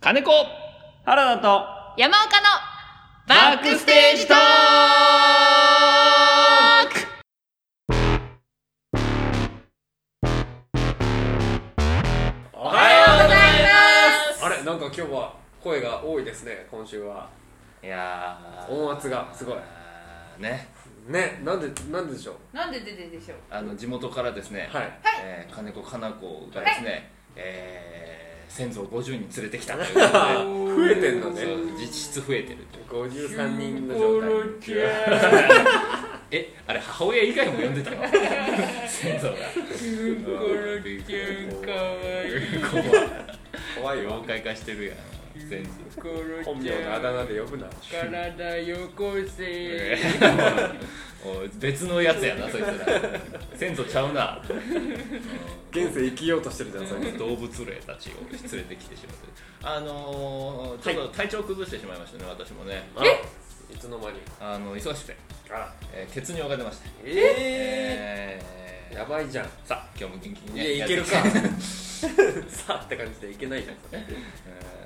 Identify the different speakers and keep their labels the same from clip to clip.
Speaker 1: 金子
Speaker 2: 原田と
Speaker 3: 山岡の
Speaker 1: バックステージトーク
Speaker 2: お
Speaker 3: おはようございます
Speaker 2: あれなんか今日は声が多いですね今週はい
Speaker 1: やー
Speaker 2: 音圧がすごい
Speaker 1: あーね
Speaker 2: ねなんでなんででしょう
Speaker 3: なんで出てるでしょう
Speaker 1: あの地元からですね、
Speaker 2: はい
Speaker 1: えー金子かな子がですね、えー先祖を50人連れてきたというこ
Speaker 2: 増えてんの
Speaker 1: とでそ
Speaker 2: ね
Speaker 1: う実質増えてるという
Speaker 2: 53人の状態
Speaker 1: えあれ母親以外も呼んで たの先祖 がうんびっくりこわ
Speaker 2: 怖いよ
Speaker 1: 妖怪化してるやん先祖
Speaker 2: 本名のあだ名で呼ぶな
Speaker 4: 体よこせ
Speaker 1: えーおい別のやつやなそいつら先祖ちゃうな
Speaker 2: 現世生きようとしてるじゃんそれ
Speaker 1: 動物霊たちを連れてきてしまってあのー、ちょっと体調崩してしまいましたね、私もね
Speaker 2: あらいつの間に
Speaker 1: あの忙しくて、
Speaker 2: あら
Speaker 1: えー血尿が出ました
Speaker 2: え
Speaker 1: え
Speaker 2: ー
Speaker 1: ー
Speaker 2: やばいじゃん
Speaker 1: さあ今日も元気に
Speaker 2: い
Speaker 1: ね
Speaker 2: やいけるか
Speaker 1: やっていきたい
Speaker 2: さあって感じでいけないじゃんそれ
Speaker 1: え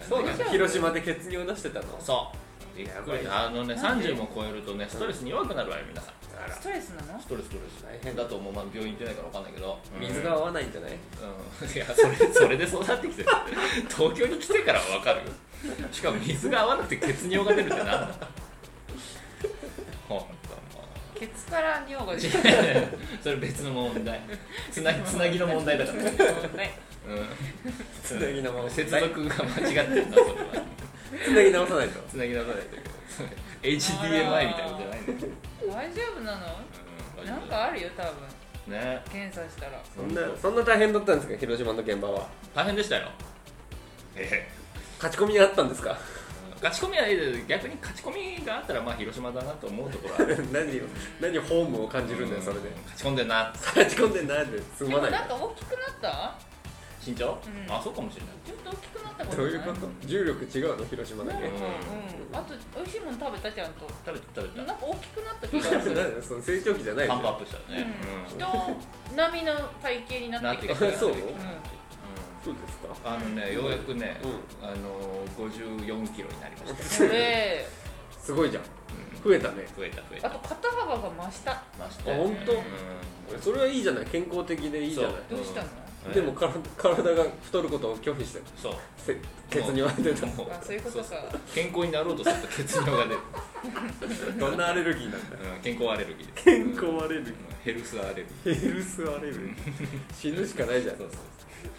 Speaker 1: ー
Speaker 2: そうなの広島で血尿出してたの
Speaker 1: そうびっくり
Speaker 2: や
Speaker 1: あのね30も超えるとねストレスに弱くなるわよ皆さん
Speaker 2: あら
Speaker 3: ストレスなの
Speaker 1: ストレスストレス
Speaker 2: 大変
Speaker 1: だと思う、まあ、病院行ってないから分かんないけど
Speaker 2: 水が合わないんじゃない
Speaker 1: うんいやそれそれで育ってきてる東京に来てからは分かるよしかも水が合わなくて血尿が出るってなんだほんとも
Speaker 3: ケツから尿が
Speaker 1: う
Speaker 3: 出て
Speaker 1: 違
Speaker 3: る
Speaker 1: うそれ別の問題つなつなぎの問題だから、うん、
Speaker 3: ね
Speaker 1: つ
Speaker 2: なぎの問題
Speaker 1: 接続が間違ってるなそれは
Speaker 2: つなぎ直さないと
Speaker 1: つなぎなさないというか HDMI みたいなことじゃないんだよ、
Speaker 3: 大丈夫なの
Speaker 1: うん
Speaker 3: なんかあるよ多分
Speaker 1: ね
Speaker 3: 検査したら
Speaker 2: そんなそんな大変だったんですか広島の現場は
Speaker 1: 大変でしたよえ
Speaker 2: 勝ち込みがあったんですか
Speaker 1: え勝ち込みはいいです逆に勝ち込みがあったらまあ広島だなと思うところはある
Speaker 2: 何を何ホームを感じるんだよそれで
Speaker 1: 勝ち込んでんな
Speaker 2: 勝ち込んでないで済
Speaker 3: でも
Speaker 2: まな
Speaker 3: なん
Speaker 2: い
Speaker 3: か大きくなった
Speaker 1: 身長、
Speaker 3: うん
Speaker 1: あそうかもしれない
Speaker 3: ちょっと大きくなったこと
Speaker 2: どう
Speaker 3: ない
Speaker 2: いうこと重力違うの広島だ
Speaker 3: なん
Speaker 2: け
Speaker 3: かうんあと美味しいもの食べたちゃんと
Speaker 1: 食べて食べ
Speaker 3: なん
Speaker 1: た
Speaker 3: か大きくなった気がする
Speaker 2: 何その成長期じゃないで
Speaker 1: パ
Speaker 2: し
Speaker 1: ンプアッ
Speaker 2: ょ
Speaker 1: プしたね、
Speaker 3: うん
Speaker 1: うん
Speaker 3: 人並みの体型にな
Speaker 1: な
Speaker 3: っ
Speaker 1: ってて
Speaker 3: きた
Speaker 1: き
Speaker 2: う
Speaker 1: た
Speaker 2: ん そう
Speaker 1: う
Speaker 2: そうですか
Speaker 1: んあのねようやくね、
Speaker 2: う
Speaker 1: あのー、54キロになりました
Speaker 3: それ
Speaker 2: すごいじゃん増えたね
Speaker 1: 増えた増えた
Speaker 3: あと肩幅が増した
Speaker 1: まして
Speaker 2: あ本当
Speaker 1: うん
Speaker 2: それはいいじゃない健康的でいいじゃな
Speaker 3: どうしたの
Speaker 1: うん
Speaker 2: いでもから体が太ることを拒否してる
Speaker 1: そう
Speaker 2: せケツに割れてた
Speaker 1: も
Speaker 3: あそういうこと
Speaker 1: そ
Speaker 3: か
Speaker 1: 健康になろうとすると血尿が出る、
Speaker 2: どんなアレルギーなんだ
Speaker 1: うん、健康アレルギーです
Speaker 2: 健康アレルギ
Speaker 1: うんヘルスアレルギー
Speaker 2: ーヘルスアレルギー死ぬしかないじゃん
Speaker 1: そうそうそう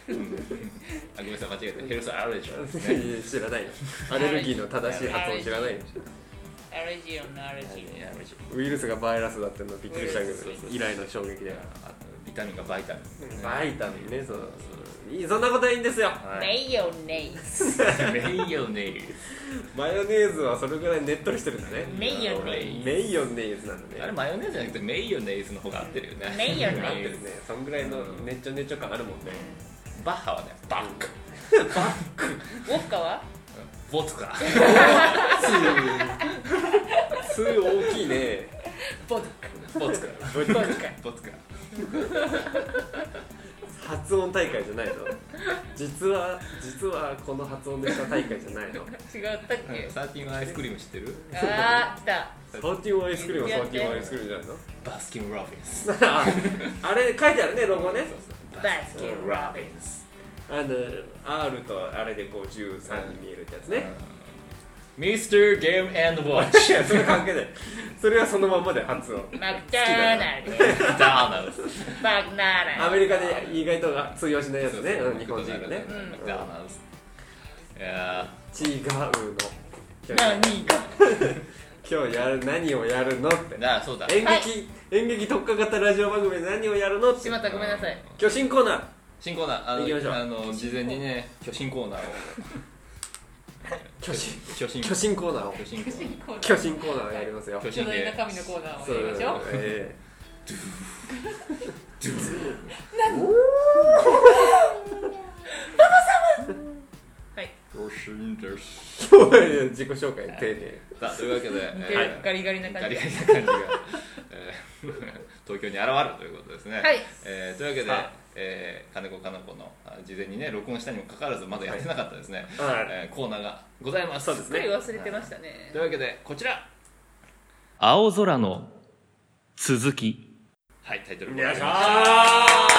Speaker 1: うんあごめんなさい間違えたヘルスアレル ギーですね
Speaker 2: いや知らないよアレルギーの正しい発音知らないよ
Speaker 3: アレルギーのアレルギー
Speaker 1: アレルギー
Speaker 2: ウイルスがバイラスだってのびっくりしたけど
Speaker 1: そうそうそう
Speaker 2: 以来の衝撃だよ
Speaker 1: あとビタミンがバイタミン ですね
Speaker 2: バイタミンねそういいそんなことはいいんですよ
Speaker 1: はい
Speaker 3: メイヨネイ
Speaker 1: メイヨネーズ
Speaker 2: マヨネーズはそれぐらいねっとりしてるんだね
Speaker 3: メイヨネイ
Speaker 2: メイヨネーズなん
Speaker 1: あれ
Speaker 2: だね
Speaker 1: マヨネーズじゃなくてメイヨネーズの方が合ってるよね
Speaker 3: メイヨネ
Speaker 2: 合って
Speaker 3: ー
Speaker 2: るねそんぐらいのねっちょねっちょ感あるもんね
Speaker 1: バッハはねバック
Speaker 3: ウォッカは
Speaker 1: ボツカ
Speaker 2: すごい大きいね
Speaker 3: ボド
Speaker 1: ボツカ
Speaker 2: ボツカ
Speaker 1: ボツカ
Speaker 2: 発音大会じゃないの実は実はこの発音でした大会じゃない の
Speaker 3: 違ったっけ
Speaker 1: サーティンアイスクリーム知ってる
Speaker 3: あー来た
Speaker 2: 14アイスクリームは14アイスクリームじゃないの
Speaker 1: バスキン・ロビンス
Speaker 2: ああれ書いてあるねロゴね
Speaker 3: バスケ
Speaker 1: ロビンス
Speaker 2: あの R とあれでこう13に見えるってやつね
Speaker 1: ミスター・ゲーム・アンド・ウォッチ
Speaker 2: いや それ関係ないそれはそのまんまで発 音
Speaker 3: マクドナルド
Speaker 1: ダーナルズ
Speaker 3: マクナ
Speaker 2: ア
Speaker 3: ラ
Speaker 2: メリカで意外と通用しないやつねうん日本人がね
Speaker 1: うんダーナルズいや
Speaker 2: 違うの今日
Speaker 3: 何が
Speaker 2: 今日やる何をやるのって
Speaker 1: ーだそうだ
Speaker 2: 演劇、
Speaker 3: はい
Speaker 2: 演劇特化型ラジオ番組で何をやるのって
Speaker 3: しまったごめんなさい
Speaker 2: 今日新コーナー
Speaker 1: 新コーナーあ
Speaker 2: 行きましょう
Speaker 1: のあの事前にね巨神コーナーを
Speaker 2: 巨神
Speaker 1: 巨神
Speaker 2: 巨神コーナーを
Speaker 1: 巨神コーナー
Speaker 3: 巨
Speaker 2: 巨神コーナーをやりますよ
Speaker 1: 巨
Speaker 3: 巨
Speaker 1: 神
Speaker 3: 大な
Speaker 1: で
Speaker 3: 神のコーナーをやりまし ょう
Speaker 2: え
Speaker 3: はい
Speaker 1: 巨神です
Speaker 2: え今日は自己紹介丁寧
Speaker 1: さあというわけで、
Speaker 3: 似て
Speaker 1: え
Speaker 3: る
Speaker 1: ー
Speaker 3: ガリガリな
Speaker 1: ガ
Speaker 3: 感
Speaker 1: リ
Speaker 3: じ
Speaker 1: ガリな感じが、えー 東京に現れるということですね。
Speaker 3: はい
Speaker 1: えーというわけで
Speaker 2: さあ、
Speaker 1: えー金子かな子のあ事前にね録音したにもかかわらずまだやってなかったですね、
Speaker 2: はい
Speaker 1: えーコーナーがございます
Speaker 2: そうです
Speaker 3: っかり忘れてましたね
Speaker 1: というわけでこちら青空の続きはいタイトル
Speaker 2: よいしょ
Speaker 3: は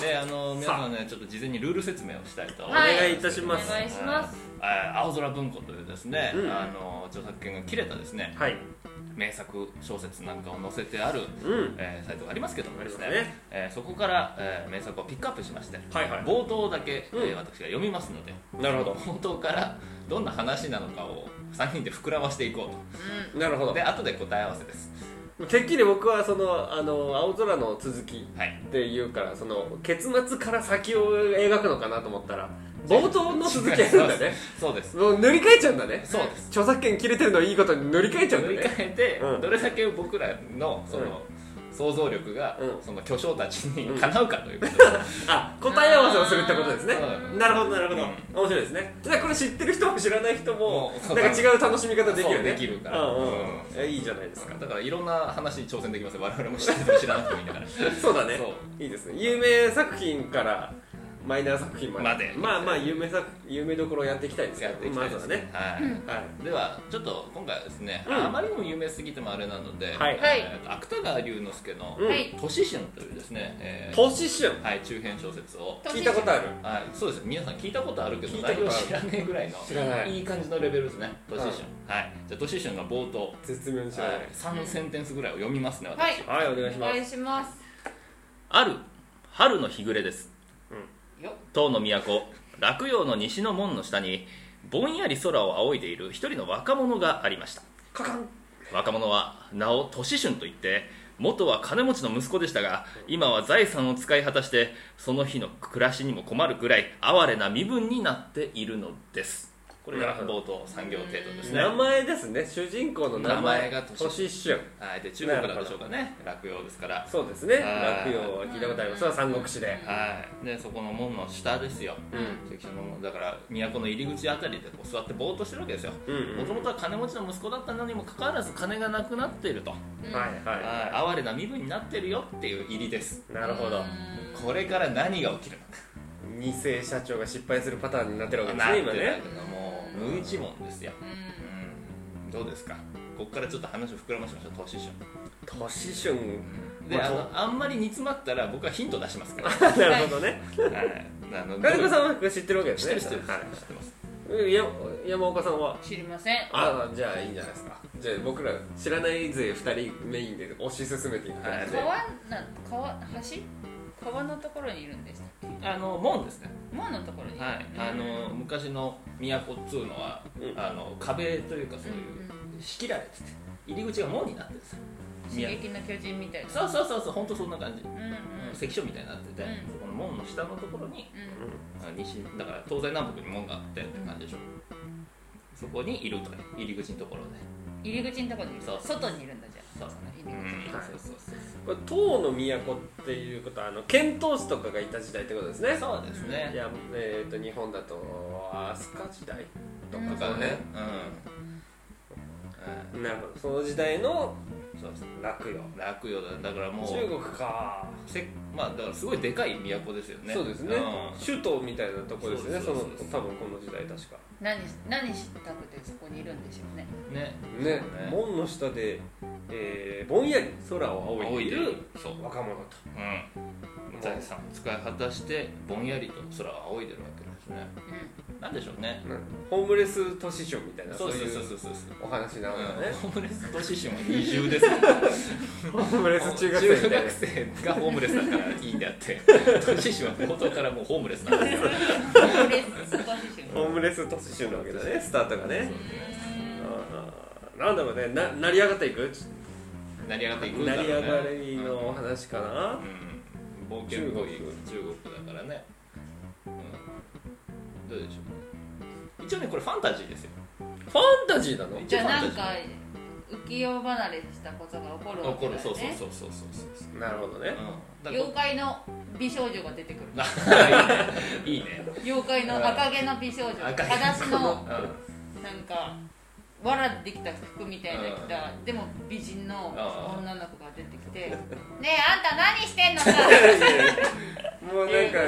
Speaker 1: であの皆さんねちょっと事前にルール説明をしたいと思います、
Speaker 3: はい
Speaker 2: お願いいたし
Speaker 3: お
Speaker 2: ます
Speaker 3: 願いします
Speaker 1: あ青空文庫というですね、
Speaker 2: うん
Speaker 1: あの著作権が切れたですね、
Speaker 2: はい
Speaker 1: 名作小説なんかを載せてある、
Speaker 2: うん
Speaker 1: えーサイトがありますけどもですね
Speaker 2: ありますね
Speaker 1: えーそこから、えー名作をピックアップしまして、
Speaker 2: はいはい
Speaker 1: 冒頭だけ、
Speaker 2: うん
Speaker 1: えー私が読みますので
Speaker 2: なるほ
Speaker 1: 冒頭からどんな話なのかを3人で膨らましていこう
Speaker 2: ど
Speaker 3: う
Speaker 2: なるほ
Speaker 1: とで後で答え合わせです
Speaker 2: どてっきり僕はそのあの青空の続き
Speaker 1: はい
Speaker 2: っていうからその結末から先を描くのかなと思ったら冒頭の続きやるんだね
Speaker 1: そうです
Speaker 2: もう塗り替えちゃうんだね
Speaker 1: そうです
Speaker 2: 著作権切れてるのいいことに塗り替えちゃうんだ
Speaker 1: 塗り
Speaker 2: ね
Speaker 1: 替えて、
Speaker 2: うん
Speaker 1: どれだけ僕らのその、想像力が、
Speaker 2: うん
Speaker 1: その巨匠たち
Speaker 2: うん
Speaker 1: にかなうかということ
Speaker 2: あ答え合わせをするってことですね
Speaker 1: うん
Speaker 2: なるほどなるほど、面白いですねじゃあこれ知ってる人も知らない人も
Speaker 1: も
Speaker 2: な
Speaker 1: うん
Speaker 2: か違う楽しみ方できる
Speaker 1: そ
Speaker 2: よ
Speaker 1: う
Speaker 2: ね
Speaker 1: できるから
Speaker 2: うんうんうんいやいいじゃないですか
Speaker 1: だからいろんな話に挑戦できますよ我々も知ってても知らなくてもいいんだから
Speaker 2: そうだね
Speaker 1: そ
Speaker 2: いいですね有名作品からマイナー作品まで
Speaker 1: まで
Speaker 2: まあまあ有名作有名どころをやっていきたいです
Speaker 1: う
Speaker 2: けど
Speaker 1: やっていきたいで
Speaker 2: まず
Speaker 1: す
Speaker 2: はね、
Speaker 1: はい
Speaker 2: はい
Speaker 1: ではちょっと今回はですね、
Speaker 2: うん
Speaker 1: あまりにも有名すぎてもあれなので、
Speaker 2: はい
Speaker 3: はい
Speaker 1: えー芥川龍之介の
Speaker 2: うん
Speaker 3: は
Speaker 1: 「
Speaker 3: い
Speaker 1: 都市春」というですね、えー
Speaker 2: ポシシュン
Speaker 1: はい、中編小説を、
Speaker 2: 聞いたことある
Speaker 1: はい、そうです皆さん聞いたことあるけど
Speaker 2: 聞いた
Speaker 1: 内
Speaker 2: ことあ
Speaker 1: 容
Speaker 2: る
Speaker 1: 知らねえぐらいの
Speaker 2: 知らない
Speaker 1: いい感じのレベルですね「都市春」はい、じゃあ「都市春」の冒頭、
Speaker 2: 絶妙に知らない
Speaker 1: はい、3センテンスぐらいを読みますね私、
Speaker 3: はい
Speaker 2: はい、お願いし
Speaker 3: お
Speaker 2: ます
Speaker 3: 願いします
Speaker 1: ある春の日暮れです
Speaker 3: よ
Speaker 1: 唐の都洛陽の西の門の下にぼんやり空を仰いでいる一人の若者がありました
Speaker 2: カカン
Speaker 1: 若者は名を年春と言って元は金持ちの息子でしたが今は財産を使い果たしてその日の暮らしにも困るぐらい哀れな身分になっているのですこれが冒頭3行程度ですね
Speaker 2: 名前ですね主人公の名前
Speaker 1: 名前がポ
Speaker 2: ポシシュン
Speaker 1: はいで中国からでしょうかね洛陽ですから
Speaker 2: そうですね
Speaker 1: あ
Speaker 2: 落
Speaker 1: ー
Speaker 2: 葉は聞いたことありますそれは三国志で
Speaker 1: はいでそこの門の下ですよ
Speaker 2: うん
Speaker 1: 関所の門だから都の入り口あたりでこう座ってぼーっとしてるわけですよ
Speaker 2: うん
Speaker 1: もともとは金持ちの息子だったのにもかかわらず金がなくなっていると、
Speaker 3: うん
Speaker 2: はいは
Speaker 1: はい、哀れな身分になってるよっていう入りです
Speaker 2: いなるほど
Speaker 3: うん
Speaker 1: これから何が起きるのか
Speaker 2: 二世社長が失敗するパターンになってるわけです
Speaker 1: な
Speaker 2: ね
Speaker 1: んて
Speaker 2: 今ね
Speaker 1: だけどもう無一文ですよ、
Speaker 3: うん
Speaker 1: うん、どうですかここからちょっと話を膨らましましょう年上
Speaker 2: 都市春
Speaker 1: で
Speaker 2: まあ
Speaker 1: あのあんまり煮詰まったら僕はヒント出します から、
Speaker 2: なるほどね
Speaker 1: はい、あの
Speaker 2: 金子さ
Speaker 1: ん
Speaker 2: んは知ってるわけで
Speaker 1: 知
Speaker 2: す
Speaker 1: って
Speaker 2: ね
Speaker 1: る知ってる、
Speaker 2: は
Speaker 1: 知ってます
Speaker 2: いや山岡さんは
Speaker 3: 知りません
Speaker 2: ああじゃあいいんじゃないですかじゃあ僕ら知らない勢2人メインで推し進めていく感じで
Speaker 3: 川な川橋川のところにいるんでしたっけ
Speaker 1: あの門ですね
Speaker 3: 門のところにいる
Speaker 1: はい、あの昔の都っつうのは、
Speaker 2: うん
Speaker 1: あの壁というかそういう
Speaker 3: うん
Speaker 1: 仕切られてて入り口が門になってるんですよ
Speaker 3: 刺激の巨人みたいな
Speaker 1: そうそうそうそう本当そんな感じ
Speaker 3: うんうん
Speaker 1: 関所みたいになってて、
Speaker 3: うん
Speaker 1: そこの門の下のところに
Speaker 3: うん
Speaker 1: あ西だから東西南北に門があってって感じでしょ、そこにいるとね入り口のところで
Speaker 3: 入り口のところにいる
Speaker 1: そう
Speaker 3: 外にいるんだじゃ
Speaker 1: そうだね
Speaker 3: 入り口
Speaker 1: うんそうそうそう
Speaker 2: これ唐の都っていうことはあの遣唐使とかがいた時代ってことですね
Speaker 1: そうです
Speaker 2: い
Speaker 1: ね
Speaker 2: やえっと日本だと飛鳥時代と
Speaker 3: うん
Speaker 1: と
Speaker 2: か
Speaker 1: かね
Speaker 2: ね
Speaker 1: うん、
Speaker 2: なるほどその時代の
Speaker 1: うんそうそう
Speaker 2: 落葉
Speaker 1: 楽よだだからもう
Speaker 2: 中国か、
Speaker 1: せまあだからすごいでかい都ですよね
Speaker 2: そうですね、
Speaker 1: ん
Speaker 2: 首都みたいなとこですよね
Speaker 1: そ
Speaker 2: そうの
Speaker 1: で
Speaker 2: 多
Speaker 1: すそうです
Speaker 2: 分この時代確か
Speaker 3: 何何したくてそこにいるんでしょうね
Speaker 1: ね
Speaker 2: ね門の下で、えーぼんやり空を仰
Speaker 1: 仰
Speaker 2: い
Speaker 1: い
Speaker 2: で
Speaker 1: で
Speaker 2: いる
Speaker 1: るそう、
Speaker 2: 若者と
Speaker 1: うん、財産を使い果たしてぼんやりと空を仰いでるわけですねなんでしょうね
Speaker 2: なんかホームレス都市長みたいな
Speaker 1: そ
Speaker 2: そうう
Speaker 1: そうそう
Speaker 2: いう
Speaker 1: そうそう
Speaker 2: お話なのかね、
Speaker 1: ホームレスと思春は二重です
Speaker 2: ホームレス中学生みたいな
Speaker 1: 中学生がホームレスだからいいんであって年思春は冒頭からもうホームレスなんですよ
Speaker 3: うんレススパシシ
Speaker 2: ホームレス都市長なわけだねスタートがね
Speaker 3: ュ
Speaker 2: あーなんだろうねな成り上がっていく
Speaker 1: 成り上がっていくんだ
Speaker 2: 成
Speaker 1: ろう
Speaker 2: り
Speaker 1: ね
Speaker 2: 上がりのお話かな、
Speaker 1: うん、うん、冒険国中国だからね、うん、どうでしょう一応ねこれファンタジーですよ
Speaker 2: ファンタジーなの
Speaker 1: 一
Speaker 3: じ
Speaker 1: 応
Speaker 3: ゃあ
Speaker 1: ファン
Speaker 3: なん
Speaker 1: タジ
Speaker 3: か
Speaker 1: ー
Speaker 3: 浮世離れしたことが起こるわ
Speaker 1: 起こ
Speaker 3: けだ
Speaker 1: る
Speaker 3: よ
Speaker 1: そうそう
Speaker 3: ね
Speaker 1: そうそうそうそう
Speaker 2: なるほ どね
Speaker 1: うん、
Speaker 3: 妖怪の美少女が出てくる
Speaker 1: あ いいねいいね
Speaker 3: 妖怪の赤毛の美少女
Speaker 1: 赤毛
Speaker 3: 裸足の
Speaker 1: うん
Speaker 3: なんかわらでできた服みたいな着たでも美人の
Speaker 1: あー
Speaker 3: 女の子が出てきて「ねえあんた何してんのさ」
Speaker 2: もうなんか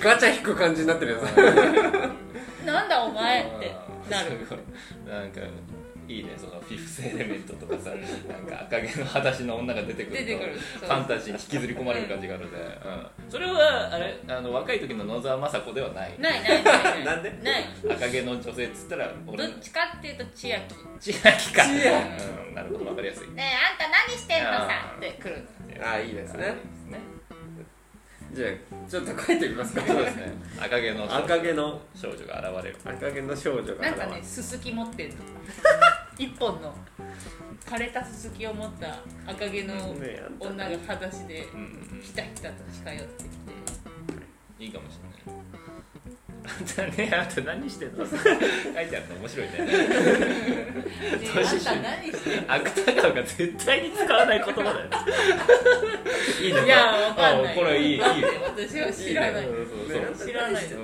Speaker 2: ガチャ引く感じになってるやつ
Speaker 3: なんだお前ってなる
Speaker 1: なんかいいねそのフィフスエレメントとかさなんか赤毛の裸足の女が出てくる
Speaker 3: 出て
Speaker 1: と
Speaker 3: くるそう
Speaker 1: ファンタジーに引きずり込まれる感じがあるね、うん、それはあれあの若い時の野沢雅子ではない
Speaker 3: ないないない
Speaker 2: なんで
Speaker 3: ない
Speaker 1: 赤毛の女性っつったら俺
Speaker 3: ど
Speaker 1: の
Speaker 3: っちかっていうと千秋
Speaker 1: 千秋か
Speaker 2: 千
Speaker 1: うん、なるほどわかりやすい
Speaker 3: 「ねえあんた何してんのさ
Speaker 1: あ」ー
Speaker 3: って来る
Speaker 2: あーいいです
Speaker 1: あ
Speaker 2: ね
Speaker 1: ーいいですね
Speaker 2: じゃあちょっと書いてみますか
Speaker 1: そうですね赤毛の少女
Speaker 2: 赤毛の
Speaker 1: 少女が現れる
Speaker 2: 赤毛の少女が
Speaker 3: なん
Speaker 2: 現
Speaker 3: か
Speaker 2: れ
Speaker 3: ねすすき持 ってる一本の枯れたすすきを持った赤毛の
Speaker 2: ねあんた
Speaker 3: 女が裸足で
Speaker 1: うんうん
Speaker 3: ひたひたと近寄ってきて
Speaker 1: いいかもしれない あんたねあんた何してんの書いてあるの面白いね
Speaker 3: 「ねえあん
Speaker 1: 年下
Speaker 3: た何してんの?」
Speaker 1: 芥川が絶対に使わない言葉だよいいね
Speaker 3: いや、わかんな
Speaker 1: あ
Speaker 3: い。
Speaker 1: これいいいい
Speaker 3: だって私は知らない。
Speaker 1: いいねそうそう
Speaker 2: そう
Speaker 3: 知らな
Speaker 1: う
Speaker 3: いです
Speaker 1: ん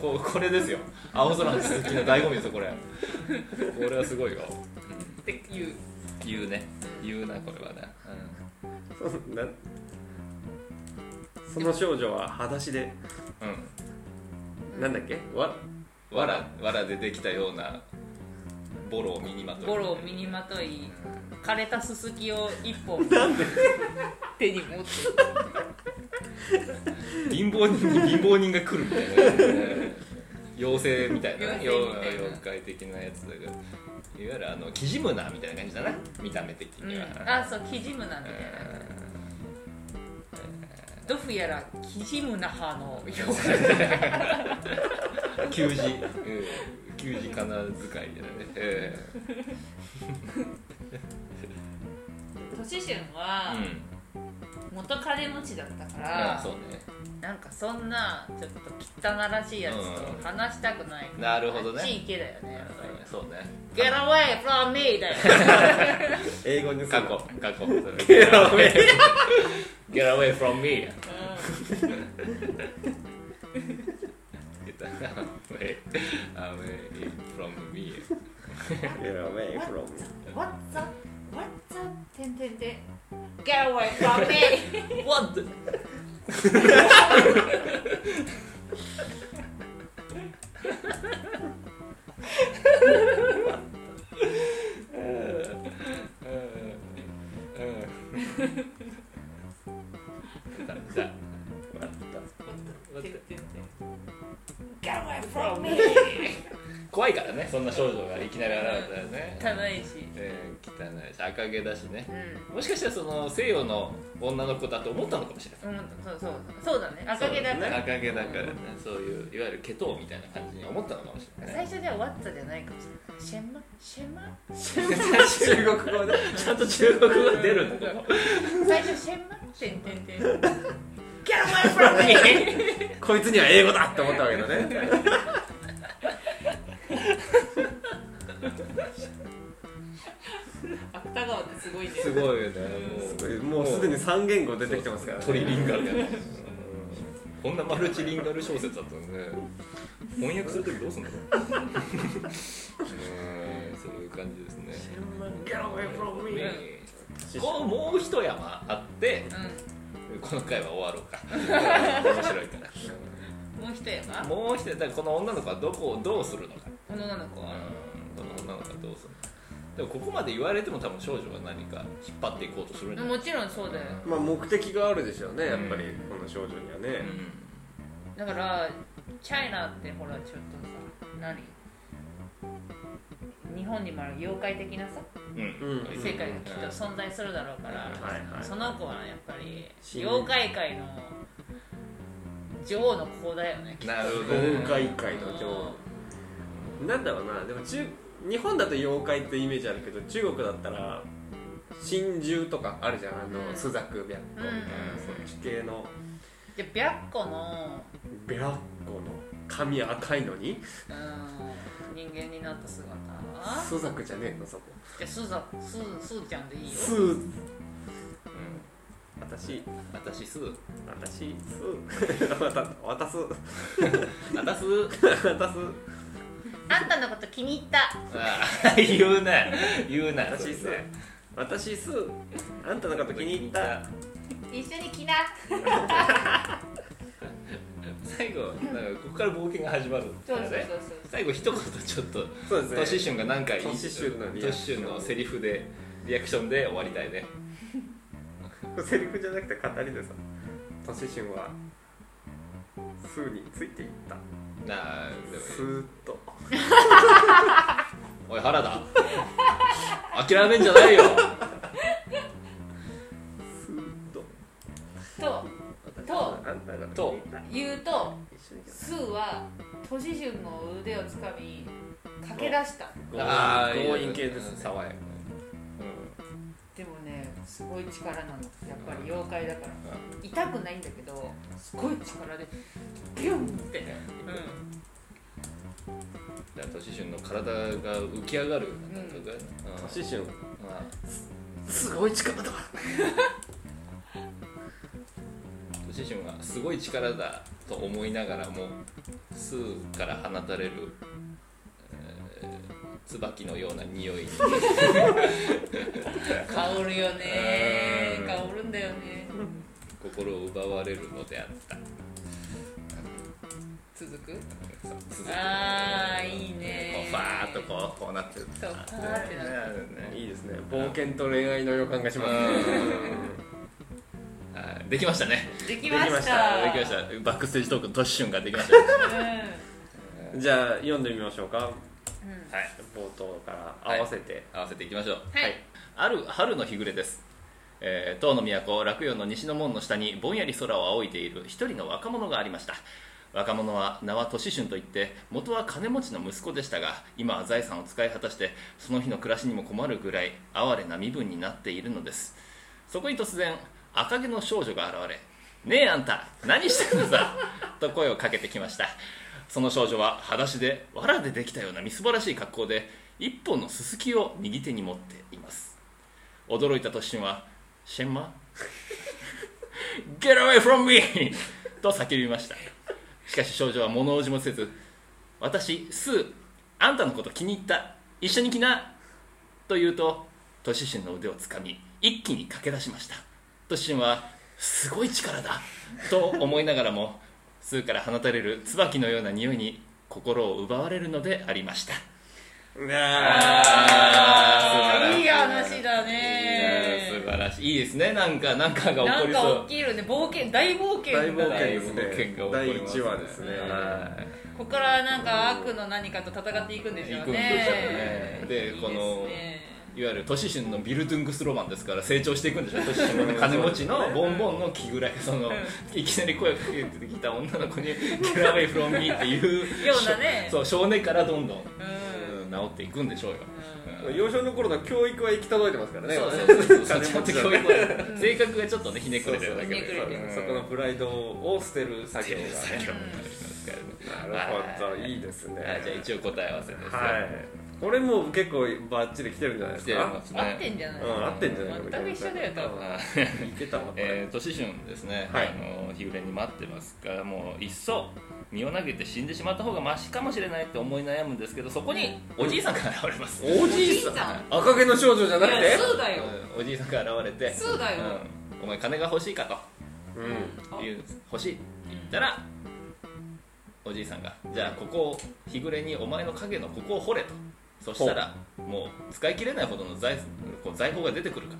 Speaker 1: ここれですよ青空の続きの醍醐味ですよこれこれはすごいよ
Speaker 3: っていう。
Speaker 1: 言うね言うなこれはね、
Speaker 2: そうなその少女は裸足で
Speaker 1: うんうん
Speaker 2: なんだっけわ
Speaker 1: わらわらでできたようなボロを身にまとい
Speaker 3: ボロを身にまとい、
Speaker 1: う
Speaker 3: 枯れたすすきを一 本手に 持って。
Speaker 1: ん貧乏人に貧乏人が来るみたいな、妖精みたいな
Speaker 3: 妖精みたいな
Speaker 1: 妖妖怪的なやつだけどいわゆるあのキジムナーみたいな感じだな見た目的
Speaker 3: う
Speaker 1: には、
Speaker 3: ん、あ、そう、キジムナみたいな。ドフやらキジムナ派の妖怪。
Speaker 1: 給仕、うん、給仕かな使いでね、え
Speaker 3: 都市春
Speaker 1: え
Speaker 3: は
Speaker 1: うん
Speaker 3: 元金持ちだったか
Speaker 1: あ
Speaker 3: ら、
Speaker 1: そうね
Speaker 3: なんかそんなちょっと汚らしいやつと話したくない。
Speaker 1: なるほどね
Speaker 3: 地域だよね、やっぱり。
Speaker 1: そうね
Speaker 3: Get away from me だよ。
Speaker 2: 英語にす
Speaker 1: 過
Speaker 2: る
Speaker 1: 去過去 Get away Get away from me 言った Away away from me
Speaker 2: Get away from
Speaker 3: What's up? What's up? てんてんてん Get away from me! What?
Speaker 1: じゃあ
Speaker 3: Get away from me!
Speaker 1: 怖いからねそんな少女がいきなり現れたらね
Speaker 3: 汚いし。
Speaker 1: えー汚いし赤毛だしね
Speaker 3: うん。
Speaker 1: もしかしたらその西洋の女の子だと思ったのかもしれない
Speaker 3: うん、そうそうそうだね赤毛だから、
Speaker 1: 赤毛だからねそういういわゆるケトみたいな感じに思ったのかもしれない
Speaker 3: 最初では What じゃないかもしれないシェンマシェン マ
Speaker 2: 中国語で
Speaker 1: ちゃんと中国語が出るんだ
Speaker 3: 最初シェンマてんてんてん Get away from me!
Speaker 2: こいつには英語だって思ったわけだね
Speaker 3: 芥川ってすごいね
Speaker 1: すごいよね
Speaker 2: もうすでに3言語出てきてますから、ね、
Speaker 1: トリリンガルやねこんなマルチリンガル小説だったのね翻訳するときどうすん だろううんそういう感じですね
Speaker 2: Get away from me
Speaker 1: こうもう一山あって
Speaker 3: う
Speaker 1: この回は終わろうか面白いから
Speaker 3: んもう一山
Speaker 1: もう一人だからこの女の子はどこをどうするのか、
Speaker 3: この女の子
Speaker 1: う
Speaker 3: は
Speaker 1: ん、この女の子はどうするのかでもここまで言われても多分少女は何か引っ張っていこうとするんじゃない
Speaker 3: もちろんそうだよ
Speaker 2: まあ目的があるでしょうねやっぱりこの少女には
Speaker 1: う
Speaker 2: ね、
Speaker 1: ん
Speaker 3: だからチャイナってほらちょっとさ何日本にもある妖怪的なさ
Speaker 1: うん
Speaker 2: うん
Speaker 1: うん
Speaker 3: 世界がきっと存在するだろうから、
Speaker 1: うん
Speaker 2: はいはい
Speaker 3: その子はやっぱり
Speaker 2: 死ぬ
Speaker 3: 妖怪界の女王の子だよね
Speaker 1: なるほどね、
Speaker 2: 妖怪界の女王なんだろうなでも中日本だと妖怪ってイメージあるけど中国だったら真珠とかあるじゃんあの
Speaker 3: うん
Speaker 2: 朱雀白虎みたいな、
Speaker 3: うん
Speaker 2: そっち系の
Speaker 3: で白虎の、
Speaker 2: 白虎の髪赤いのに
Speaker 3: うん、人間になった姿
Speaker 2: 朱雀じゃねえのそこ
Speaker 3: じゃあスーザスースーちゃんでいいよ
Speaker 2: ス
Speaker 1: うん
Speaker 2: 私
Speaker 1: 私す
Speaker 2: 私 すわた渡す
Speaker 1: 私す
Speaker 2: 渡す
Speaker 3: あんたのこと気に入った
Speaker 1: あー 言うな言うな
Speaker 2: 私っす私っすあんたのこと気に入った
Speaker 3: 一緒に来な
Speaker 1: 最後なんかここから冒険が始まるんだ
Speaker 3: そう
Speaker 1: よ
Speaker 3: そう
Speaker 1: ね
Speaker 3: そう
Speaker 1: 最後一言ちょっと
Speaker 2: そうですね
Speaker 1: トシシュンがなんかいい
Speaker 2: トシシュンのリア
Speaker 1: ト
Speaker 2: クション
Speaker 1: シシュンのセリフでリアクションで終わりたいね
Speaker 2: セリフじゃなくて語りでさ「トシシュンはスーについていった」
Speaker 1: なあでも
Speaker 2: スーッと
Speaker 1: おい原田 諦めんじゃないよ
Speaker 2: スーッと
Speaker 3: そう
Speaker 2: 私
Speaker 3: と
Speaker 2: はあんたが気に入った
Speaker 3: と言うと
Speaker 2: 一緒に来な
Speaker 3: スーはトシジュンの腕をつかみ駆け出した
Speaker 1: あー
Speaker 2: 強引系ですね
Speaker 1: 爽やか
Speaker 3: でもねすごい力なのやっぱり妖怪だから痛くないんだけどすごい力でビュンってう
Speaker 1: だからトシシュンの体が浮き上がるなんかが、うん
Speaker 2: トシシュン
Speaker 1: まあ
Speaker 2: すごい力だ
Speaker 1: トシシュンはすごい力だと思いながらもスーから放たれる、えー椿のような匂いに
Speaker 3: ん香るよね
Speaker 1: うん
Speaker 3: 香るんだよね
Speaker 1: 心を奪われるのであった
Speaker 3: 続く
Speaker 1: 続く
Speaker 3: あーいいね
Speaker 1: こうファーっとこうこうなってる
Speaker 3: そうファーってなる
Speaker 1: ね
Speaker 2: いいですね冒険と恋愛の予感がします
Speaker 1: はいできましたね
Speaker 3: できました
Speaker 2: できました
Speaker 1: できましたバックステージトークのトシシュンができました ね
Speaker 2: じゃあ読んでみましょうか
Speaker 3: うんうん
Speaker 1: はい
Speaker 2: 冒頭から合わせて、
Speaker 1: 合わせていきましょう
Speaker 3: はい
Speaker 1: ある春の日暮れです、えー、唐の都洛陽の西の門の下にぼんやり空を仰いでいる一人の若者がありました若者は名は俊俊といって元は金持ちの息子でしたが今は財産を使い果たしてその日の暮らしにも困るぐらい哀れな身分になっているのですそこに突然赤毛の少女が現れ「ねえあんた何してるのさ」と声をかけてきましたその少女は裸足で藁でできたようなみすぼらしい格好で一本のすすきを右手に持っています驚いた突進は「シェンマ Get away from me!」と叫びましたしかし少女は物おじもせず「私スーあんたのこと気に入った一緒に来な」と言うと突進の腕をつかみ一気に駆け出しました突進は「すごい力だ!」と思いながらもスーから放たれる椿のような匂いに心を奪われるのでありました
Speaker 2: う
Speaker 1: あ
Speaker 3: あ
Speaker 1: ー
Speaker 3: ーい
Speaker 1: 素晴ら
Speaker 3: い
Speaker 1: しい
Speaker 3: 話だ
Speaker 1: いやー
Speaker 3: ね
Speaker 1: 素晴らしいいいですねなんかなんかが起
Speaker 3: な
Speaker 1: こ
Speaker 3: ん
Speaker 1: り
Speaker 3: か
Speaker 1: そう
Speaker 3: 起きるね冒険大冒険だ
Speaker 2: 大冒険
Speaker 1: 大
Speaker 2: ですね
Speaker 1: 冒険が起こります
Speaker 2: 第一話ですね
Speaker 1: はい
Speaker 3: ここからなんか悪の何かと戦っていくんですよ
Speaker 1: 行くんでしょうね
Speaker 3: ね
Speaker 1: で
Speaker 3: いい
Speaker 1: この
Speaker 3: ですね
Speaker 1: いわゆるトシシュンのビルドゥングスロマンですから成長していくんでしょ トシシュンもね金持ちのボンボンの木ぐらいそのいきなり声をかけてきた女の子に「Get away from me」っていう
Speaker 3: ようなね
Speaker 1: そう少年からどんどん
Speaker 3: う
Speaker 1: うんん治っていくんでしょうようん
Speaker 2: 幼少の頃の教育は行き届いてますからね
Speaker 1: そうそうそうそう
Speaker 2: 金
Speaker 1: ちょ
Speaker 2: 持
Speaker 1: っと
Speaker 2: ちだ
Speaker 1: 教
Speaker 2: ね
Speaker 1: 育は性格がちょっとねひねくれてるだけ
Speaker 3: ひねく
Speaker 1: で
Speaker 3: れてる
Speaker 1: うん
Speaker 2: そこのプライドを捨てる作業
Speaker 1: 作業になりますからね
Speaker 2: がなるほどいいですね
Speaker 1: はいじゃあ一応答え合わせです
Speaker 2: はいこれもう結構バッチリ来てるんじゃないです
Speaker 1: 来て
Speaker 2: か
Speaker 1: ますね
Speaker 3: 合ってんじゃない
Speaker 2: うん合ってんじゃない
Speaker 3: 全く一緒だよ多分
Speaker 1: あ
Speaker 2: 分いけたわこ
Speaker 1: え
Speaker 2: れ
Speaker 1: ー、年春ですね、
Speaker 2: はい
Speaker 1: あの日暮れに待ってますからもういっそ身を投げて死んでしまった方がマシかもしれないって思い悩むんですけどそこにおじいさんが現れます、
Speaker 2: おじいさん赤毛の少女じゃなく
Speaker 3: い
Speaker 2: て
Speaker 3: やそうだよ
Speaker 1: うんおじいさんが現れて
Speaker 3: そうだよ
Speaker 1: うんお前金が欲しいか
Speaker 2: うん
Speaker 1: と言うんです欲しいって言ったらおじいさんがじゃあここを日暮れにお前の影のここを掘れとそしたらもう使い切れないほどの財こう財宝が出てくるか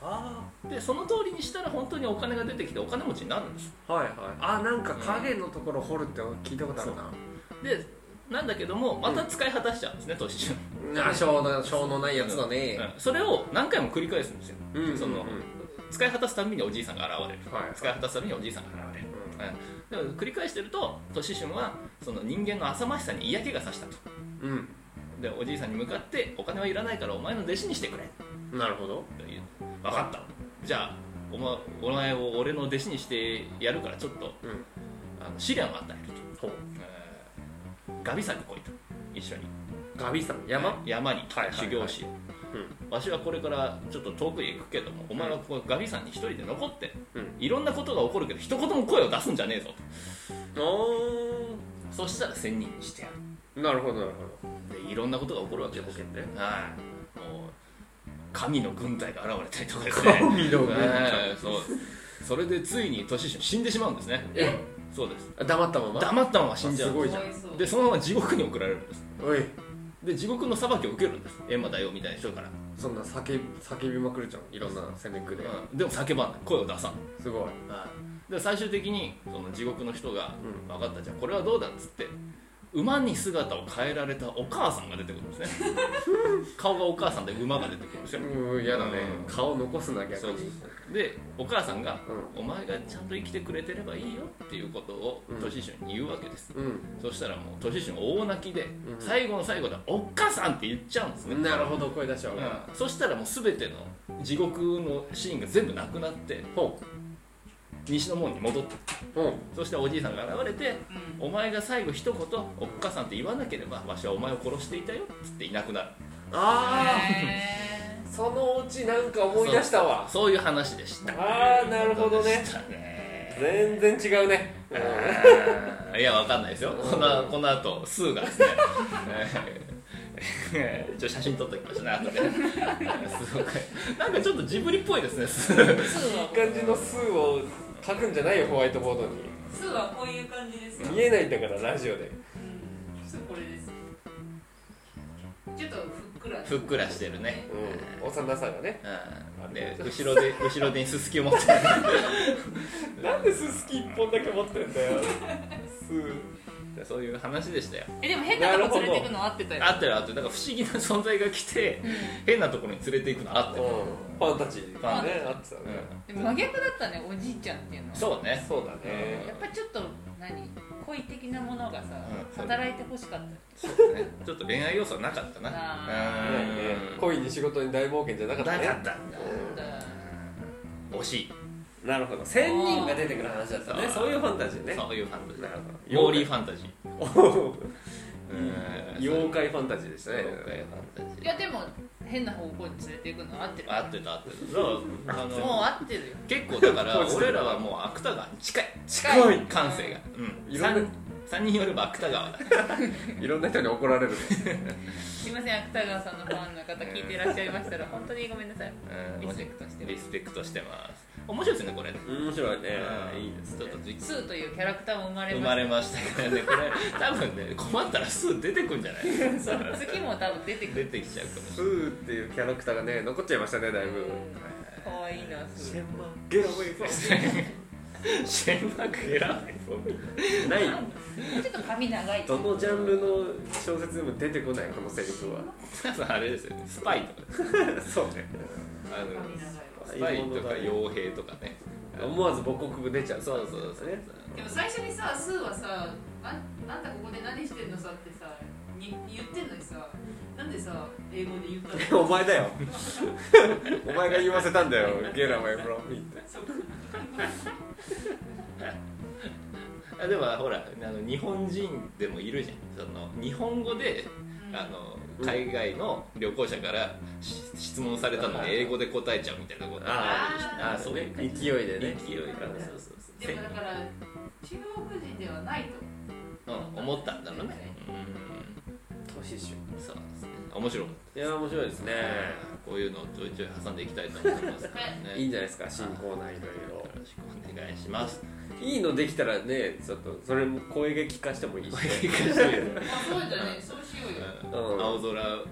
Speaker 2: あ
Speaker 1: らでその通りにしたら本当にお金が出てきてお金持ちになるんです
Speaker 2: あはいはいあなんか影のところ掘るって聞いたことある
Speaker 1: でなんだけどもまた使い果たしちゃうんですね年中、
Speaker 2: なあ小の小のないやつだね
Speaker 1: うんそれを何回も繰り返すんですよ、
Speaker 2: うんうんうん
Speaker 1: その使い果たすたびにおじいさんが現れる
Speaker 2: はい
Speaker 1: 使い果たすたびにおじいさんが現れる、うんでも繰り返してると年春はその人間の浅ましさに嫌気がさしたと
Speaker 2: うん
Speaker 1: でおじいさんに向かってお金はいらないからお前の弟子にしてくれ
Speaker 2: なるほど
Speaker 1: という分かったじゃあお,、ま、お前を俺の弟子にしてやるからちょっと
Speaker 2: うん
Speaker 1: あの試練を与える
Speaker 2: ほう
Speaker 1: と、ガビ山に来いと一緒に
Speaker 2: ガビさん山
Speaker 1: 山に
Speaker 2: はいはいはい
Speaker 1: 修行しよう、わしはこれからちょっと遠くへ行くけどもお前はここガビさんに一人で残って、
Speaker 2: うん
Speaker 1: いろんなことが起こるけど一言も声を出すんじゃねえぞと
Speaker 2: おー
Speaker 1: そしたら仙人にしてやる
Speaker 2: なるほどなるほど
Speaker 1: でいろんなことが起こるわけですよ
Speaker 2: 保険で
Speaker 1: はいもう神の軍隊が現れたりとかですね神の軍隊そうですそれでついに年春死んでしまうんですね
Speaker 2: え
Speaker 1: そうです
Speaker 2: 黙ったまま
Speaker 1: 黙ったまま死んじゃう
Speaker 2: あすごいじゃん
Speaker 3: かわいそう
Speaker 1: でそのまま地獄に送られるんです
Speaker 2: おい
Speaker 1: で地獄の裁きを受けるんです閻魔大王みたいな人から、
Speaker 2: そんな叫び叫びまくるじゃんいろんなセネックで、
Speaker 1: うんでも叫ばない声を出さ
Speaker 2: すごい
Speaker 1: ない、で最終的にその地獄の人が
Speaker 2: う
Speaker 1: 分かったじゃあこれはどうだっつって馬に姿を変えられたお母さんが出てくるんです ね顔がお母さんで馬が出てくるんですよ
Speaker 2: うん嫌だね、
Speaker 1: うん
Speaker 2: 顔残すな逆に
Speaker 1: そうでお母さんが
Speaker 2: う
Speaker 1: 「お前がちゃんと生きてくれてればいいよ」っていうことを
Speaker 2: うん
Speaker 1: 年春に言うわけです、
Speaker 2: うん
Speaker 1: そしたらもう年春大泣きで、
Speaker 2: うん
Speaker 1: 最後の最後で「おっかさん」って言っちゃうんですね
Speaker 2: なるほど声出しちゃう、
Speaker 1: うんそしたらもう全ての地獄のシーンが全部なくなって
Speaker 2: ほ
Speaker 1: 西の門に戻った
Speaker 2: うほ
Speaker 1: そしたらおじいさんが現れて
Speaker 3: うん
Speaker 1: お前が最後一言「おっかさん」って言わなければわしはお前を殺していたよっつっていなくなる
Speaker 2: あ
Speaker 3: へ
Speaker 2: あそのうちなんか思い出したわ
Speaker 1: そういう話でした
Speaker 2: あーなるほどね
Speaker 1: でしたね
Speaker 2: 全然違うね
Speaker 1: あーいや、わかんないですよ。この、この後、スーがですね。えーちょっと写真撮っておきましたね、後で。すごい。なんかちょっとジブリっぽいですね、スー。
Speaker 3: ーツー
Speaker 2: いい感じの数を書くんじゃないよホワイトボードに
Speaker 5: すはこういう感じですよ、
Speaker 2: 見えないんだからラジオで
Speaker 5: うん、そうこれです
Speaker 3: ちょっとふっくら
Speaker 1: ふっくらしてるね。
Speaker 2: うん幼さがね
Speaker 1: うんで、後ろで、後ろでにすすきを持ってる。
Speaker 2: なんでススキ一本だけ持ってんだよスー
Speaker 1: そういう話でしたよ。
Speaker 5: えでも変なとこ連れてくの合ってたよ
Speaker 1: あってるあってる。なんか不思議な存在が来て、変なところに連れていくのあってる。
Speaker 2: うんファンたちね
Speaker 1: ァン
Speaker 2: あってたね
Speaker 5: でも真逆だったねおじいちゃんっていうのは
Speaker 1: そうね。
Speaker 2: そうだ
Speaker 1: う
Speaker 2: ね
Speaker 5: やっぱりちょっと何恋的なものがさ、
Speaker 1: うん
Speaker 5: 働いてほしかったよ
Speaker 1: ねちょっと恋愛要素はなかったな。
Speaker 5: あ
Speaker 2: ね
Speaker 1: うん
Speaker 2: 恋に仕事に大冒険じゃなか
Speaker 1: な
Speaker 2: った
Speaker 1: かった
Speaker 2: ね
Speaker 1: んだ。惜しい。
Speaker 2: なるほど仙人が出てくる話だったねそういうファンタジーね
Speaker 1: そういうファンタジー
Speaker 2: なるほど。
Speaker 1: ヨーリーファンタジー。
Speaker 2: 妖怪ファンタジーでしたね
Speaker 1: 妖怪ファンタジ
Speaker 5: いやでも変な方向に連れていくのは合ってる
Speaker 1: ー。合ってた合ってた。だからあ
Speaker 5: もう
Speaker 1: の
Speaker 5: 合ってるよ
Speaker 1: 結構だか
Speaker 2: こい
Speaker 1: ら
Speaker 2: つだ
Speaker 1: 俺らはもう芥川に近い。
Speaker 2: 近い
Speaker 1: 感性が。うん。
Speaker 2: いろんな
Speaker 1: 三三人よれば芥川だ。
Speaker 2: いろんな人に怒られるね
Speaker 5: すいません芥川さんのファンの方聞いていらっしゃいましたら本当にごめんなさいリスペクトして
Speaker 1: リスペクトしてます。面白いですねこれね。
Speaker 2: 面白いね
Speaker 1: うん
Speaker 2: いいです
Speaker 1: ちょっとじ
Speaker 5: スーというキャラクターも生まれ
Speaker 1: 生
Speaker 5: ま
Speaker 1: ま
Speaker 5: し
Speaker 1: れましたからねこれ多分ね困ったらすぐ出てくんじゃない。
Speaker 5: た月も多分出てく
Speaker 1: 出
Speaker 5: る
Speaker 1: てきちゃうかもし
Speaker 2: スーっていうキャラクターがね残っちゃいましたねだいぶ
Speaker 5: かわいいなスー
Speaker 2: ゲラウェイ
Speaker 1: れ
Speaker 2: フ
Speaker 1: ない。シェンマク選
Speaker 2: ァンない
Speaker 5: もうちょっと髪長い
Speaker 2: どのジャンルの小説でも出てこないこのセリ フは
Speaker 1: 多分あれですよね。スパイとか。
Speaker 2: そうね
Speaker 1: あの
Speaker 3: 髪長いわ
Speaker 1: スパイとか傭兵とかね。
Speaker 2: 思わず母国語出ちゃう
Speaker 1: そうそうそう
Speaker 2: ね
Speaker 3: でも最初にさスーはさあ「あんたここで何してんのさ」ってさに言ってんのにさなんでさ英語で言ったの
Speaker 2: お前だよお前が言わせたんだよゲラマイフロンミーって
Speaker 1: あでもほらあの日本人でもいるじゃんその日本語であの
Speaker 2: うん
Speaker 1: 海外の旅行者からし質問されたの
Speaker 2: はい
Speaker 1: に英語で答えちゃうみたいなことがるでしょ
Speaker 3: あー
Speaker 1: あーそういう感じ
Speaker 2: 勢いでね
Speaker 1: 勢いがねそうそう
Speaker 3: でもだから中国人ではないと
Speaker 1: そう、うん、思ったんだろうね
Speaker 2: 年収
Speaker 1: うんそうですね面白かっ
Speaker 2: いや面白いですね
Speaker 1: た、こういうのをちょいちょい挟んでいきたいと思いますからね
Speaker 2: いい
Speaker 1: よ
Speaker 2: んじゃないですか新コーナーいろ
Speaker 1: ろしくお願いします
Speaker 2: いろいいのできたらねちょっとそれも声劇化してもいいし
Speaker 3: あそう だねそうしようよ
Speaker 1: うん青空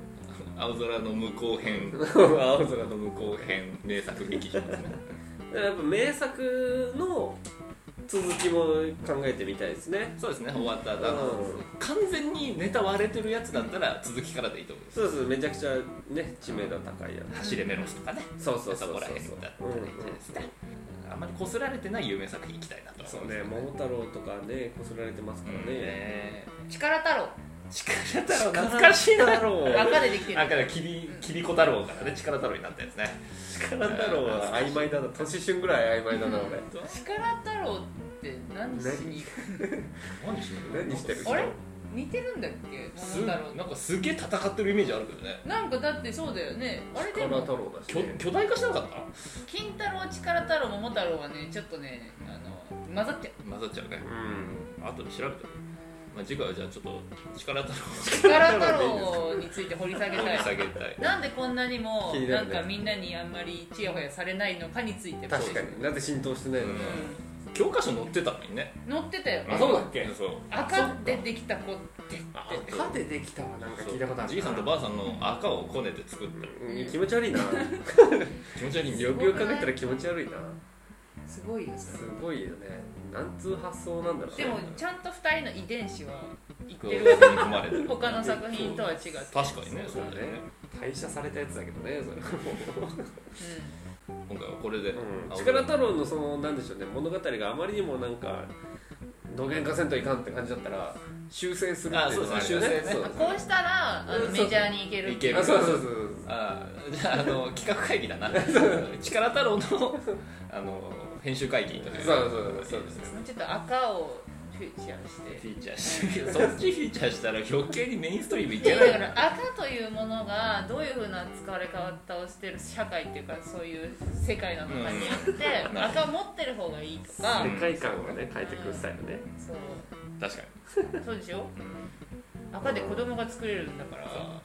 Speaker 1: 青空の向こう編
Speaker 2: 青
Speaker 1: 青空の向こう編名作劇場ですね
Speaker 2: やっぱ名作の続きも考えてみたいですね
Speaker 1: そうですね終わった
Speaker 2: う
Speaker 1: 後、
Speaker 2: ん
Speaker 1: 完全にネタ割れてるやつだったら続きからでいいと思います
Speaker 2: そうそうめちゃくちゃね知名度高いや
Speaker 1: 走れメロスとかね
Speaker 2: つそうそう
Speaker 1: そ
Speaker 2: そうそう
Speaker 1: こら辺だったらいいんじゃないですかあんまりこすられてない有名作品いきたいなと思
Speaker 2: そうね
Speaker 1: も
Speaker 2: 桃太郎とかねこすられてますから
Speaker 1: う
Speaker 2: ね
Speaker 1: ね
Speaker 5: 力太郎
Speaker 1: 力太郎懐かしいな
Speaker 2: 太郎
Speaker 5: 赤でできてる
Speaker 1: だからきびきびこ太郎からね力太郎になったやつね
Speaker 2: 力太郎は曖昧だな年春ぐらい曖昧だな 俺
Speaker 5: 力太郎って何しに行く
Speaker 1: 何してる
Speaker 2: 何してる
Speaker 5: あれ似てるんだっけ
Speaker 1: す
Speaker 5: 桃太郎
Speaker 1: なんかすげえ戦ってるイメージあるけどね
Speaker 5: なんかだってそうだよねあれで
Speaker 2: 力
Speaker 5: も
Speaker 2: 太郎だし
Speaker 1: 巨
Speaker 2: ね
Speaker 1: 巨大化しなかった
Speaker 5: 金太郎力太郎桃太郎はねちょっとねあの混ざって
Speaker 1: 混ざっちゃうね
Speaker 2: うん
Speaker 1: 後で調べてまあ、次回はじゃあちょっと力太郎
Speaker 3: 力太郎について掘り下げ
Speaker 1: を
Speaker 3: たい
Speaker 1: 下げたい
Speaker 3: なんでこんなにも
Speaker 2: 気にな
Speaker 3: な
Speaker 2: る
Speaker 3: ん
Speaker 2: ね
Speaker 3: かみんなにあんまりちやほやされないのかについて
Speaker 2: 確かになぜ浸透してないのか、
Speaker 1: 教科書載ってたのにね
Speaker 3: 乗ってたよ
Speaker 2: あそうだっけ
Speaker 1: そう
Speaker 3: 赤でできた子って
Speaker 1: あ
Speaker 2: 赤でできたわなんか聞いたことある
Speaker 1: じいさんとばあさんの赤をこねて作った
Speaker 2: うん気持ち悪い な
Speaker 1: 気持ち悪いんだよ
Speaker 2: よくよく考えたら気持ち悪いな
Speaker 6: すごいよそ
Speaker 2: す
Speaker 6: れ
Speaker 2: ごいよねなんつう発想なんだろう
Speaker 3: で
Speaker 2: ね
Speaker 3: もちゃんと2人の遺伝子は言って
Speaker 1: 組
Speaker 3: る
Speaker 1: み込まれてる
Speaker 3: 他の作品とは違って
Speaker 1: 確かにねそ
Speaker 2: そうう
Speaker 1: だ
Speaker 2: だ
Speaker 1: よね
Speaker 2: ね退社されたやつだけどねそれ
Speaker 1: 今回はこれで、
Speaker 2: うん、
Speaker 1: あ
Speaker 2: 力太郎のそのなんでしょうね物語があまりにもなんかどげんかせんといかんって感じだったら修正するっていうのが
Speaker 1: あそうですね修正ね
Speaker 2: そう
Speaker 3: うんこうしたらあの
Speaker 2: うん
Speaker 3: メジャーに行ける
Speaker 1: いける
Speaker 2: あそうそうそう
Speaker 1: あーじゃああの企画会議だな力太郎のあの編集会議という
Speaker 2: そうそうそうそう
Speaker 3: もうちょっと赤をフィーチャーして
Speaker 1: フィーチャーしてそっちフィーチャーしたら余計にメインストリームい
Speaker 3: い
Speaker 1: け
Speaker 3: や
Speaker 1: ない
Speaker 3: だから赤というものがどういうふうな使われ方をしてる社会っていうかそういう世界なのかによって、
Speaker 1: うん
Speaker 3: 赤を持ってる方がいいとか
Speaker 1: う
Speaker 2: 世界観をね変えてくるスタイルね
Speaker 3: そう
Speaker 1: 確か
Speaker 3: そうでしょ赤で子供が作れるんだから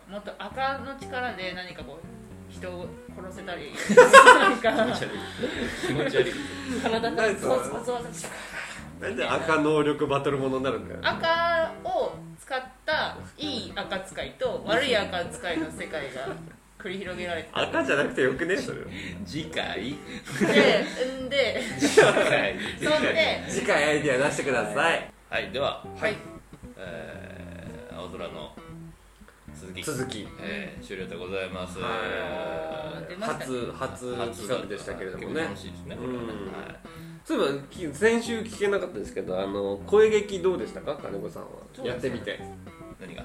Speaker 3: もっと赤の力で何かこう人を殺せ たりなんか
Speaker 1: に気持ち悪い
Speaker 3: 体
Speaker 2: なん
Speaker 3: と
Speaker 2: か
Speaker 3: そうそうそうそう
Speaker 2: なんで赤能力バトルものになるんだよ
Speaker 3: 赤を使ったいい赤使いと悪い赤使いの世界が繰り広げられて
Speaker 2: 赤じゃなくてよくねそれ
Speaker 1: 次回
Speaker 3: でんで
Speaker 1: 次回
Speaker 3: そんで
Speaker 2: 次回アイディア出してください
Speaker 1: はいでは、
Speaker 3: はい
Speaker 1: えー、青空の続き
Speaker 2: 続き
Speaker 1: えー終了でございます、
Speaker 3: は出ましたね
Speaker 2: 初初企画でしたけれどもね
Speaker 1: 楽しいですね、
Speaker 2: うん
Speaker 1: はい
Speaker 2: そういえばき先週聞けなかったですけどあの声劇どうでしたか金子さんは
Speaker 3: そうですね
Speaker 2: やってみて
Speaker 1: 何が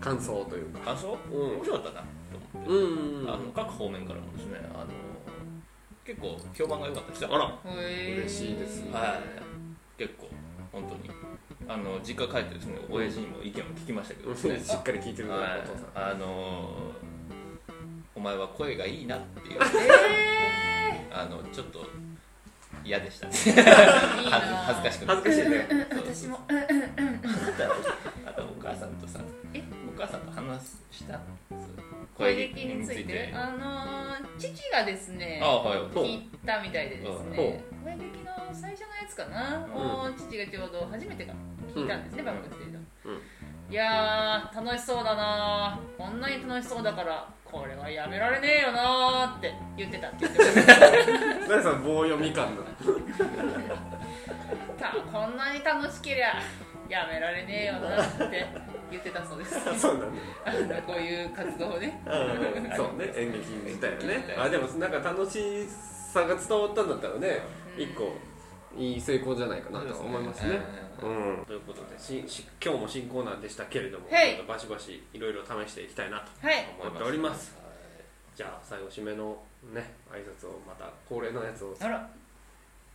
Speaker 2: 感想というか
Speaker 1: 感想、
Speaker 2: うん
Speaker 1: 面白かったなと思って、
Speaker 2: うん
Speaker 1: あの各方面からもですねあの結構評判が良かったですよ
Speaker 2: あら
Speaker 3: 嬉
Speaker 2: 嬉しいです
Speaker 1: はい結構本当にあの実家帰ってですね親父にも意見を聞きましたけどですね、
Speaker 2: しっかり聞いてるな
Speaker 1: はい
Speaker 2: お父さん
Speaker 1: あのお前は声がいいなって いう
Speaker 3: え
Speaker 1: あのちょっと嫌でしたね
Speaker 3: ー、いいな
Speaker 1: 恥ずかしくな
Speaker 2: 恥ずかしいね
Speaker 3: 私も
Speaker 1: あとお母さんとさ
Speaker 3: え
Speaker 1: お母さんと話したそう
Speaker 3: 声劇についてあのー、父がですね
Speaker 1: あはいほう
Speaker 3: 聞いたみたいでです
Speaker 1: うん
Speaker 3: ね声劇の最初のやつかな、
Speaker 2: う
Speaker 3: を父がちょうど初めてか聞いたんですね、
Speaker 1: ん
Speaker 3: バックステージの、
Speaker 2: うん
Speaker 3: いやー楽しそうだなーこんなに楽しそうだからこれはやめられねえよなーって言ってたって言ってま した
Speaker 2: 何さん棒読み感だ
Speaker 3: たこんなに楽しけりゃやめられねえよなって言ってたそ うです
Speaker 2: そうなんだ
Speaker 3: あのこういう活動をね
Speaker 2: うんそうね演劇自体はねあでもなんか楽しさが伝わったんだったらね
Speaker 3: うん
Speaker 2: 一個いい成功じゃないかなと思いますね
Speaker 1: う
Speaker 2: うんということでしし今日も新コーナーでしたけれども
Speaker 3: はい
Speaker 2: またバシバシいろいろ試していきたいなと
Speaker 3: はい
Speaker 2: 思っておりますじゃあ最後締めのね挨拶をまた恒例のやつを
Speaker 3: あら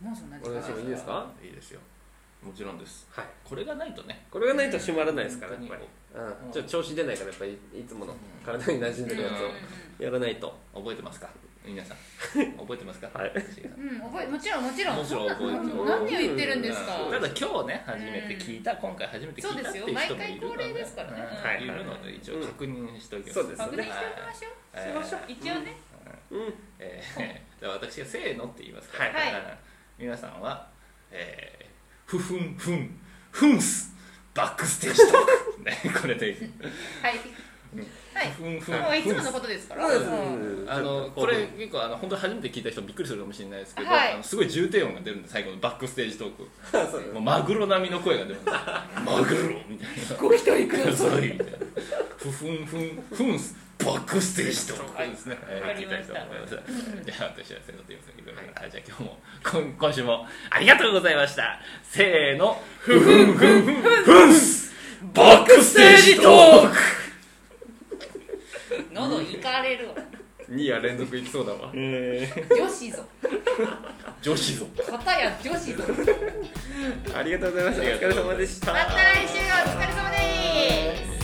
Speaker 3: もうそんな時
Speaker 2: お願いしますい
Speaker 3: 間
Speaker 2: いですか
Speaker 1: いいですよもちろんです
Speaker 2: はい
Speaker 1: これがないとね
Speaker 2: これがないと締まらないですからやっ
Speaker 1: 本当
Speaker 2: ぱ
Speaker 1: に
Speaker 2: り、うん、ちょっと調子出ないからやっぱりいつもの体に馴染んでるや
Speaker 3: うんうん
Speaker 2: つをやらないと
Speaker 1: 覚えてますか皆 さん覚えてますか
Speaker 2: はい
Speaker 3: うん、覚えもちろんもちろん
Speaker 1: もちろん覚えてる
Speaker 3: そな何を言ってるんですか
Speaker 1: ただ今日ね初めて聞いた、今回初めて聞いたっていう人もいるので
Speaker 3: そうですよ毎回恒例ですからね
Speaker 1: うん
Speaker 2: はい
Speaker 1: いるので一応確認しておきます、
Speaker 2: そうです
Speaker 3: 確認しておきましょう、一応ね、
Speaker 2: うん
Speaker 1: えー、じゃあ私がせーのって言いますか
Speaker 2: はい
Speaker 3: はい
Speaker 1: 皆さんは、えー、ふふんふんふんすバックステージトークねこれでいい
Speaker 3: はい
Speaker 1: ふんふん
Speaker 3: はいもういつも
Speaker 1: ふ
Speaker 3: の
Speaker 1: んす
Speaker 3: ことですから、
Speaker 2: そうです
Speaker 3: うん
Speaker 1: あのこれ結構あの本当に初めて聞いた人びっくりするかもしれないですけど、
Speaker 3: はい
Speaker 1: あのすごい重低音が出るんで最後のバックステージトーク
Speaker 2: そう
Speaker 1: もうマグロ並みの声が出るん ですよマグロみたいな
Speaker 2: ご一人く
Speaker 1: くださいみたいなふふんふんふんすバックステージトークですね、えー
Speaker 3: わかりま
Speaker 1: 聞いい
Speaker 3: した
Speaker 1: と思いますじゃあ私はせーので言いますけど、はい、じゃあ今日も今今週もありがとうございましたせーのふふんふんふんふんすバックステージトーク
Speaker 3: 喉いかれるわ
Speaker 2: 2夜連続いきそうだわ
Speaker 3: 女子ぞ
Speaker 1: 女子ぞ
Speaker 3: 片や女子ぞ
Speaker 2: ありがとうございましたお疲れ様でした
Speaker 3: また来週お疲れ様です